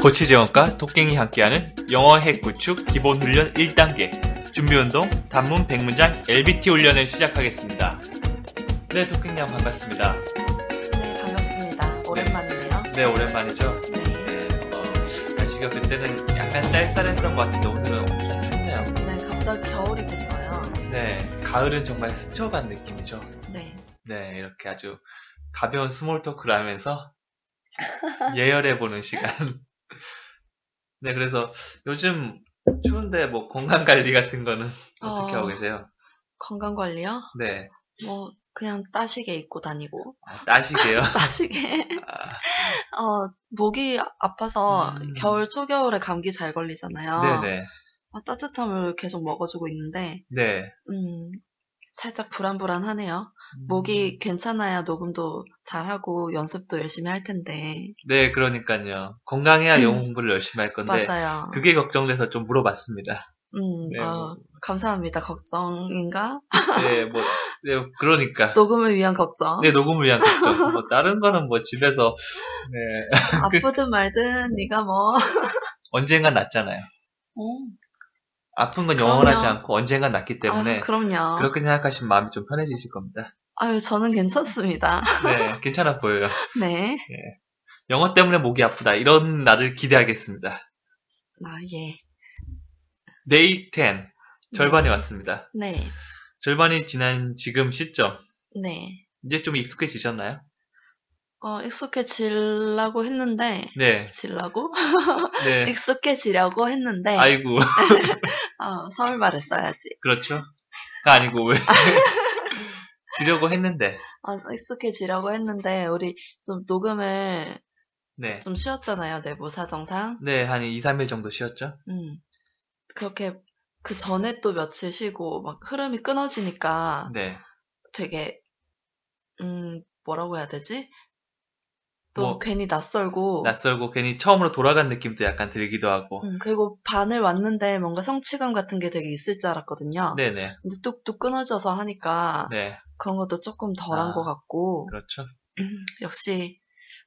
고치재원과 도깽이 함께하는 영어 핵구축 기본 훈련 1단계 준비운동 단문 100문장 LBT 훈련을 시작하겠습니다. 네, 도깽이님 반갑습니다. 네, 반갑습니다. 오랜만이네요. 네, 오랜만이죠. 네, 네, 어, 날씨가 그때는 약간 쌀쌀했던 것 같은데 오늘은 엄청 춥네요. 네, 갑자기 겨울이 됐어요. 네, 가을은 정말 스쳐간 느낌이죠. 네, 네, 이렇게 아주 가벼운 스몰 토크를 하면서 예열해보는 시간. 네, 그래서 요즘 추운데 뭐 건강 관리 같은 거는 어떻게 어. 하고 계세요? 건강 관리요? 네, 뭐 그냥 따시게 입고 다니고 아, 따시게요. 따시게. 아, 어, 목이 아파서 음. 겨울 초겨울에 감기 잘 걸리잖아요. 네네. 어, 따뜻함을 계속 먹어주고 있는데, 네. 음, 살짝 불안불안하네요. 음. 목이 괜찮아야 녹음도 잘하고 연습도 열심히 할 텐데. 네, 그러니까요. 건강해야 영어 공부를 열심히 할 건데 음. 맞아요. 네. 그게 걱정돼서 좀 물어봤습니다. 음, 네, 어, 감사합니다. 걱정인가? 네, 뭐 네, 그러니까. 녹음을 위한 걱정. 네, 녹음을 위한 걱정. 뭐 다른 거는 뭐 집에서 네, 아프든 말든 네가 뭐 언젠간 낫잖아요. 아픈 건 영원하지 그럼요. 않고 언젠간 낫기 때문에 아유, 그럼요. 그렇게 생각하시면 마음이 좀 편해지실 겁니다. 아유 저는 괜찮습니다. 네, 괜찮아 보여요. 네. 영어 때문에 목이 아프다. 이런 날을 기대하겠습니다. 아 예. Day 10. 절반이 왔습니다. 네. 절반이 지난 지금 시점. 네. 이제 좀 익숙해지셨나요? 어 익숙해지려고 했는데 네, 지려고 네. 익숙해지려고 했는데 아이고, 어, 서울 말을 써야지. 그렇죠. 가 아니고 왜. 지려고 했는데. 어, 익숙해지려고 했는데 우리 좀 녹음을 네. 좀 쉬었잖아요 내부 사정상. 네, 한 2, 3일 정도 쉬었죠? 음 그렇게 그 전에 또 며칠 쉬고 막 흐름이 끊어지니까 네. 되게 음 뭐라고 해야 되지? 또 뭐, 괜히 낯설고 낯설고 괜히 처음으로 돌아간 느낌도 약간 들기도 하고. 어. 음, 그리고 반을 왔는데 뭔가 성취감 같은 게 되게 있을 줄 알았거든요. 네네. 근데 뚝뚝 끊어져서 하니까 네, 그런 것도 조금 덜한 아. 것 같고 그렇죠. 역시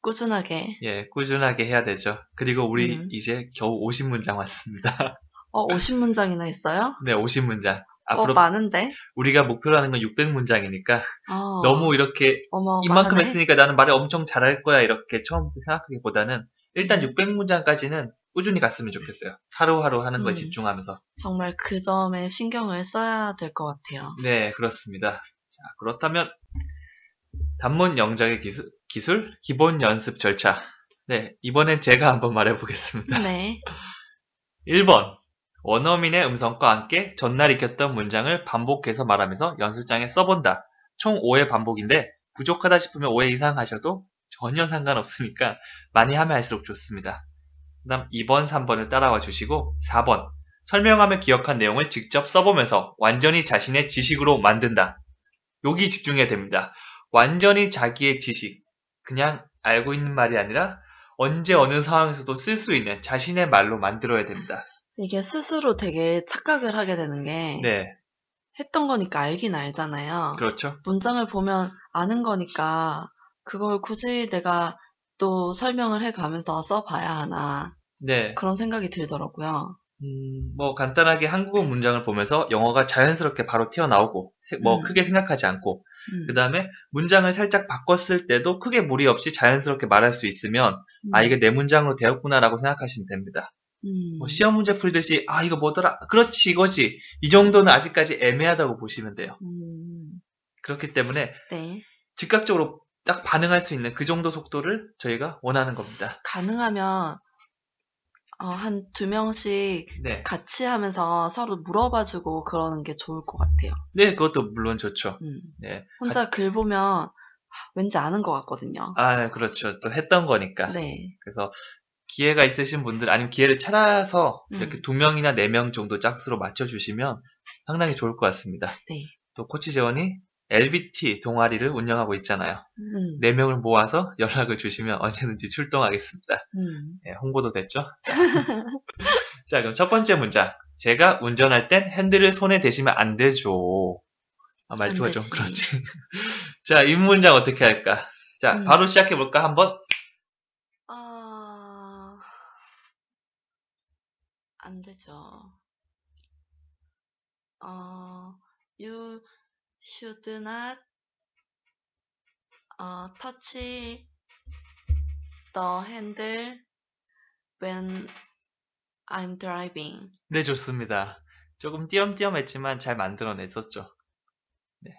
꾸준하게 예, 꾸준하게 해야 되죠. 그리고 우리 음. 이제 겨우 50문장 왔습니다. 어 50문장이나 있어요? 네, 50문장. 어 앞으로 많은데? 우리가 목표라는 건 600문장이니까 어, 너무 이렇게 어머, 이만큼 많네. 했으니까 나는 말을 엄청 잘할 거야 이렇게 처음부터 생각하기보다는 일단 음. 600문장까지는 꾸준히 갔으면 좋겠어요. 하루하루 하는 거에 음. 집중하면서. 정말 그 점에 신경을 써야 될 것 같아요. 네, 그렇습니다. 자, 그렇다면 단문 영작의 기술, 기술 기본 연습 절차. 네, 이번엔 제가 한번 말해보겠습니다. 네. 1번. 원어민의 음성과 함께 전날 익혔던 문장을 반복해서 말하면서 연습장에 써본다. 총 5회 반복인데 부족하다 싶으면 5회 이상 하셔도 전혀 상관없으니까 많이 하면 할수록 좋습니다. 그 다음 2번, 3번을 따라와 주시고 4번. 설명하며 기억한 내용을 직접 써보면서 완전히 자신의 지식으로 만든다. 여기 집중해야 됩니다. 완전히 자기의 지식. 그냥 알고 있는 말이 아니라 언제 어느 상황에서도 쓸 수 있는 자신의 말로 만들어야 됩니다. 이게 스스로 되게 착각을 하게 되는 게 네, 했던 거니까 알긴 알잖아요. 그렇죠. 문장을 보면 아는 거니까 그걸 굳이 내가 또 설명을 해 가면서 써봐야 하나 네, 그런 생각이 들더라고요. 음, 뭐 간단하게 한국어 문장을 보면서 영어가 자연스럽게 바로 튀어나오고 세- 뭐 음. 크게 생각하지 않고 음. 그 다음에 문장을 살짝 바꿨을 때도 크게 무리 없이 자연스럽게 말할 수 있으면 음. 아 이게 내 문장으로 되었구나라고 생각하시면 됩니다. 음. 뭐 시험 문제 풀듯이 아 이거 뭐더라 그렇지 이거지 이 정도는 아직까지 애매하다고 보시면 돼요. 음. 그렇기 때문에 네 즉각적으로 딱 반응할 수 있는 그 정도 속도를 저희가 원하는 겁니다. 가능하면 어, 한 두 명씩 네, 같이 하면서 서로 물어봐주고 그러는 게 좋을 것 같아요. 네 그것도 물론 좋죠. 음. 네, 혼자 글 보면 왠지 아는 것 같거든요. 아 그렇죠. 또 했던 거니까. 네. 그래서 기회가 있으신 분들 아니면 기회를 찾아서 음. 이렇게 두 명이나 네 명 정도 짝수로 맞춰주시면 상당히 좋을 것 같습니다. 네. 또 코치 재원이 LBT 동아리를 운영하고 있잖아요. 음. 네 명을 모아서 연락을 주시면 언제든지 출동하겠습니다. 음. 예, 홍보도 됐죠? 자. 자, 그럼 첫 번째 문장. 제가 운전할 땐 핸들을 손에 대시면 안 되죠. 아, 말투가 안 좀 되지. 그렇지. 자, 이 문장 어떻게 할까? 자, 음. 바로 시작해볼까? 한번 아, 안 되죠. 어, you should not 어, touch the handle when I'm driving. 네, 좋습니다. 조금 띄엄띄엄 했지만 잘 만들어냈었죠.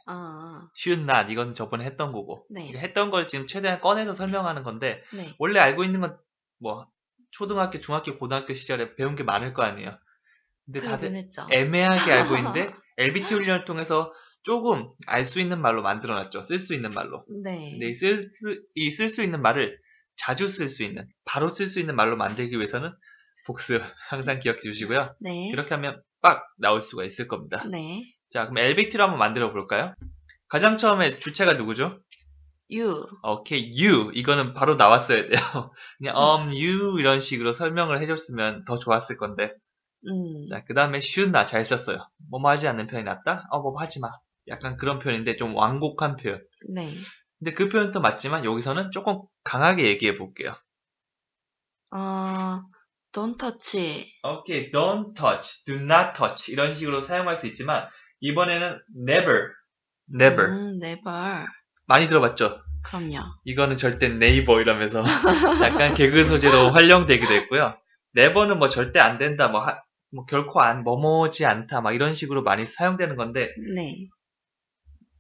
어, 어, 쉬운 날, 이건 저번에 했던 거고. 네, 했던 걸 지금 최대한 꺼내서 설명하는 건데, 네, 원래 알고 있는 건 뭐 초등학교, 중학교, 고등학교 시절에 배운 게 많을 거 아니에요. 그 근데 다들 표현했죠. 애매하게 알고 있는데 LBT 훈련을 통해서 조금 알 수 있는 말로 만들어놨죠. 쓸 수 있는 말로. 네, 근데 쓸이 쓸 수 있는 말을 자주 쓸 수 있는, 바로 쓸 수 있는 말로 만들기 위해서는 복습 항상 기억해 주시고요. 네, 이렇게 하면 빡 나올 수가 있을 겁니다. 네, 자, 그럼 LBT로 한번 만들어 볼까요? 가장 처음에 주체가 누구죠? you, 오케이, you. 이거는 바로 나왔어야 돼요. 그냥, um, you. 이런 식으로 설명을 해줬으면 더 좋았을 건데. 음, 자, 그 다음에 should not. 잘 썼어요. 뭐뭐 하지 않는 표현이 낫다? 어, 뭐뭐 하지 마. 약간 그런 표현인데, 좀 완곡한 표현. 네, 근데 그 표현도 맞지만, 여기서는 조금 강하게 얘기해 볼게요. 어, don't touch. 오케이, don't touch, do not touch. 이런 식으로 사용할 수 있지만, 이번에는 never, never. 음, never. 많이 들어봤죠? 그럼요. 이거는 절대 네이버 이러면서 약간 개그 소재로 활용되기도 했고요. 네버는 뭐 절대 안 된다, 뭐, 하- 뭐 결코 안, 뭐뭐지 않다, 막 이런 식으로 많이 사용되는 건데, 네,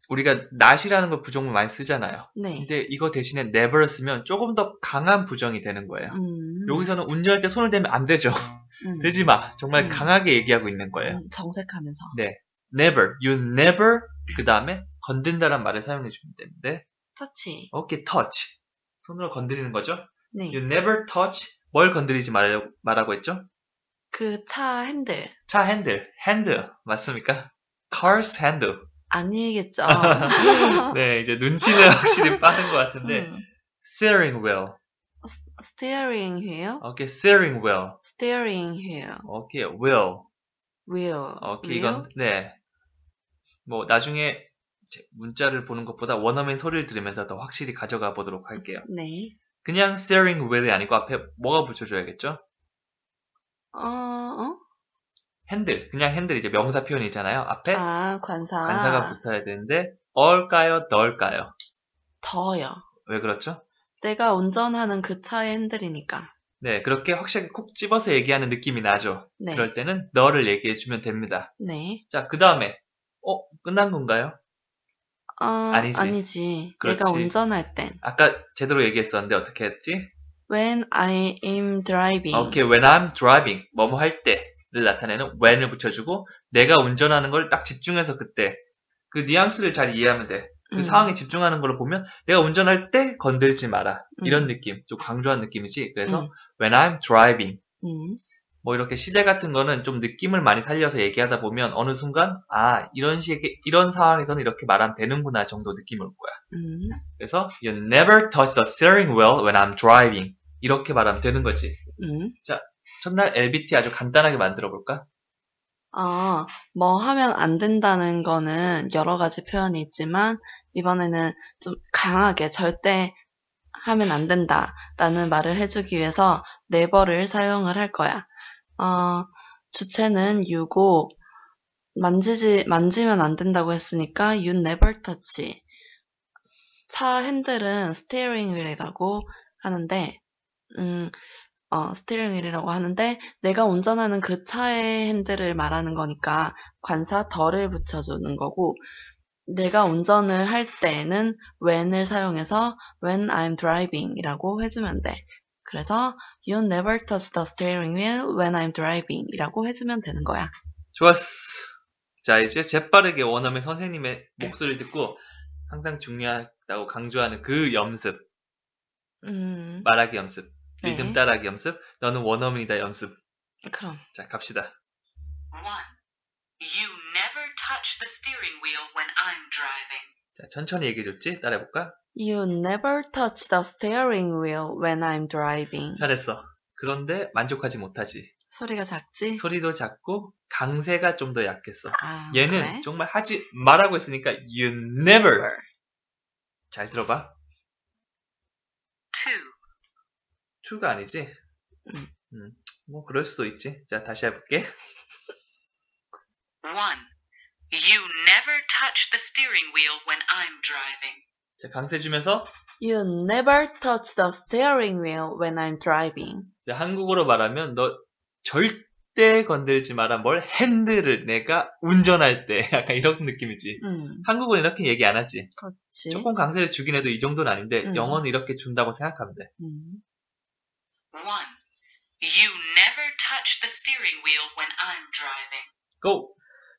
우리가 not이라는 걸 부정을 많이 쓰잖아요. 네. 근데 이거 대신에 never 쓰면 조금 더 강한 부정이 되는 거예요. 음, 여기서는 운전할 때 손을 대면 안 되죠. 음, 되지 마. 정말 음. 강하게 얘기하고 있는 거예요. 음, 정색하면서. never, you never, 그 다음에 건든다란 말을 사용해주면 되는데, 터치. 오케이, touch. 손으로 건드리는 거죠. 네. You never touch 뭘 건드리지 말라고, 말하고 했죠? 그 차 핸들. 차 핸들, 핸드 맞습니까? Car's handle. 아니겠죠. 네, 이제 눈치는 확실히 빠른 것 같은데 어. 음. steering wheel. 스티어링 휠. 오케이, steering wheel. 스티어링 휠. 오케이, wheel. 휠. 오케이, 이건 네. 뭐 나중에 제 문자를 보는 것보다 원어민 소리를 들으면서 더 확실히 가져가 보도록 할게요. 네. 그냥 steering wheel이 아니고 앞에 뭐가 붙여줘야겠죠? 어, 어? 핸들, 그냥 핸들 이제 명사 표현이잖아요. 앞에 아, 관사. 네. 관사가 붙어야 되는데 얼까요, 널까요? 더요. 왜 그렇죠? 내가 운전하는 그 차의 핸들이니까. 네, 그렇게 확실하게 콕 집어서 얘기하는 느낌이 나죠. 네. 그럴 때는 너를 얘기해주면 됩니다. 네. 자, 그 다음에, 어, 끝난 건가요? 어, 아니지. 아니지. 그렇지. 내가 운전할 땐. 아까 제대로 얘기했었는데 어떻게 했지? 아, When I am driving. 오케이, when I'm driving, 뭐뭐 할 때를 나타내는 when을 붙여주고, 내가 운전하는 걸 딱 집중해서 그때, 그 뉘앙스를 잘 이해하면 돼. 그 음. 상황에 집중하는 걸 보면, 내가 운전할 때 건들지 마라. 음. 이런 느낌, 좀 강조한 느낌이지. 그래서, 음. when I'm driving, 음. 뭐 이렇게 시제 같은 거는 좀 느낌을 많이 살려서 얘기하다 보면 어느 순간 아 이런 식의 이런 상황에서는 이렇게 말하면 되는구나 정도 느낌 올 거야. 음. 그래서 you never touch the steering wheel when I'm driving 이렇게 말하면 되는 거지. 음. 첫날 LBT 아주 간단하게 만들어 볼까? 어, 뭐 하면 안 된다는 거는 여러 가지 표현이 있지만, 이번에는 좀 강하게 절대 하면 안 된다 라는 말을 해주기 위해서 네버를 사용을 할 거야. 어, 주체는 유고, 만지지, 만지면 안 된다고 했으니까 you never touch. 차 핸들은 스티어링 휠이라고 하는데, 음, 어, 스티어링 휠이라고 하는데, 내가 운전하는 그 차의 핸들을 말하는 거니까 관사 덜을 붙여주는 거고 내가 운전을 할 때에는 when을 사용해서 when I'm driving이라고 해주면 돼. 그래서 you never touch the steering wheel when I'm driving이라고 해주면 되는 거야. 좋았어. 자 이제 재빠르게 원어민 선생님의 목소리 듣고 항상 중요하다고 강조하는 그 연습 음, 말하기 연습 리듬 네. 따라하기 연습 너는 원어민이다 연습 그럼 자 갑시다. 1. You never touch the steering wheel when I'm driving. 자 천천히 얘기해줬지 따라해 볼까? you never touch the steering wheel when I'm driving. 잘했어. 그런데 만족하지 못하지. 소리가 작지? 소리도 작고 강세가 좀 더 약했어. 아, 얘는 그래? 정말 하지 말라고 했으니까 you never 잘 들어봐. 2. to가 아니지. 음. 음. 뭐 그럴 수도 있지. 자 다시 해볼게. 1. You never touch the steering wheel when I'm driving. 자 강세 주면서 You never touch the steering wheel when I'm driving. 자, 한국어로 말하면 너 절대 건들지 마라 뭘 핸들을 내가 운전할 때 약간 이런 느낌이지. 음, 한국은 이렇게 얘기 안 하지. 그렇지. 조금 강세를 주긴 해도 이 정도는 아닌데 네. 음. 영어는 이렇게 준다고 생각하면 돼. 음. 1. You never touch the steering wheel when I'm driving. 고!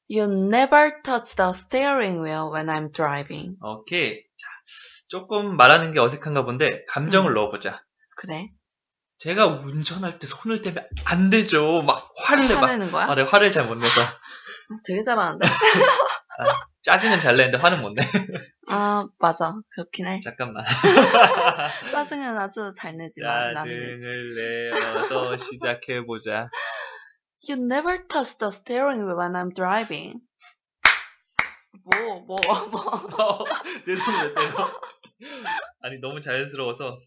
You never touch the steering wheel when I'm driving. 오케이. 자, 조금 말하는 게 어색한가 본데 감정을 음. 넣어보자. 그래? 제가 운전할 때 손을 대면 안 되죠. 막 화를 내. 막. 화내는 거야? 아, 내 화를 잘 못 내서. 되게 잘하는데. 짜증은 잘 내는데 화는 못 내. 아 맞아 그렇긴 해. 잠깐만. 짜증은 아주 잘 내지만 아, 나는 내지. 짜증을 내어서 시작해보자. You never touch the steering wheel when I'm driving. 뭐, 뭐, 뭐. 내 손을 왜 때려? 아니 너무 자연스러워서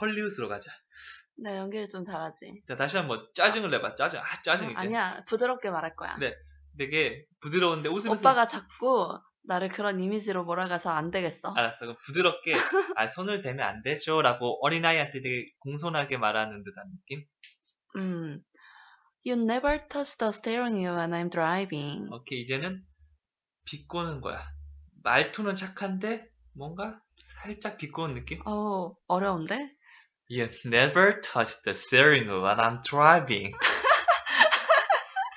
헐리우드로 가자. 나 연기를 좀 잘하지. 자 다시 한번 짜증을 내봐. 짜증. 아 짜증 이제. 어, 아니야, 부드럽게 말할 거야. 네, 되게 부드러운데 웃으면서. 오빠가 자꾸 나를 그런 이미지로 몰아가서 안 되겠어. 알았어. 그럼 부드럽게 아 손을 대면 안 되죠라고 어린 아이한테 되게 공손하게 말하는 듯한 느낌. 음. You never touch the steering wheel when I'm driving. 오케이 이제는 비꼬는 거야. 말투는 착한데 뭔가 살짝 비꼬는 느낌. 어우, 어려운데? You never touch the steering wheel when I'm driving.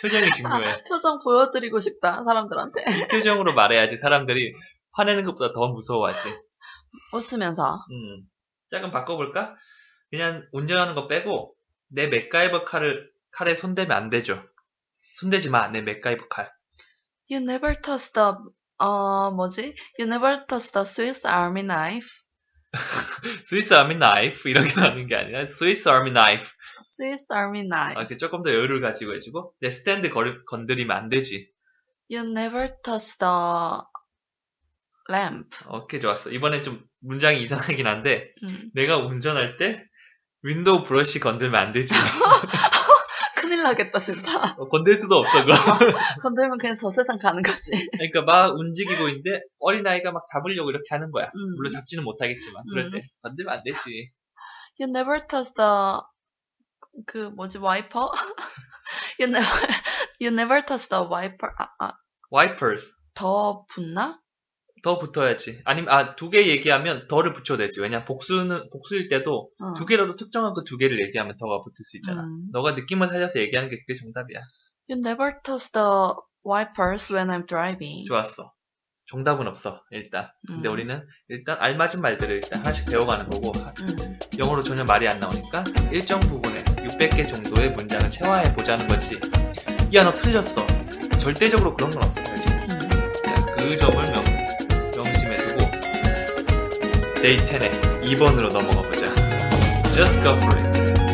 표정이 중요해. 아, 표정 보여드리고 싶다, 사람들한테. 이 표정으로 말해야지 사람들이 화내는 것보다 더 무서워하지. 웃으면서. 음. 자, 그럼 바꿔볼까? 그냥 운전하는 거 빼고 내 맥가이버 칼을 칼에 손대면 안 되죠. 손대지 마, 내 맥가이버 칼. You never touch the, 어, 뭐지? You never touch the Swiss Army knife. 스위스 아미 나이프 이렇게 하는 게 아니라 스위스 아미 나이프. Swiss Army knife. 아, 이렇게 조금 더 여유를 가지고 해주고 내 스탠드 걸- 건드리면 안 되지. You never touch the lamp. 오케이, 좋았어. 이번엔 좀 문장이 이상하긴 한데 음. 내가 운전할 때 윈도우 브러쉬 건들면 안 되지. 큰일 나겠다, 진짜. 어, 건들 수도 없어, 그거. 건들면 그냥 저 세상 가는 거지. 그러니까 막 움직이고 있는데 어린아이가 막 잡으려고 이렇게 하는 거야. 음. 물론 잡지는 못하겠지만 그럴 음. 때 건들면 안 되지. You never touch the 그 뭐지 와이퍼? you never you never touch the wiper. 아, 아, 와이퍼스 더 붙나? 더 붙어야지. 아니면 아 두 개 얘기하면 더를 붙여야 되지. 왜냐 복수는 복수일 때도 어. 두 개라도 특정한 그 두 개를 얘기하면 더가 붙을 수 있잖아. 음. 너가 느낌을 살려서 얘기하는 게 그게 정답이야. You never touch the wipers when I'm driving. 좋았어. 정답은 없어 일단. 근데 음. 우리는 일단 알맞은 말들을 일단 하나씩 배워가는 거고 음. 영어로 전혀 말이 안 나오니까 일정 부분에 600개 정도의 문장을 채화해 보자는 거지. 야, 너 틀렸어. 절대적으로 그런 건 없어, 사실. 음. 그냥 그 점을 명, 명심해 두고 데이 10에 2번으로 넘어가 보자. Just go for it.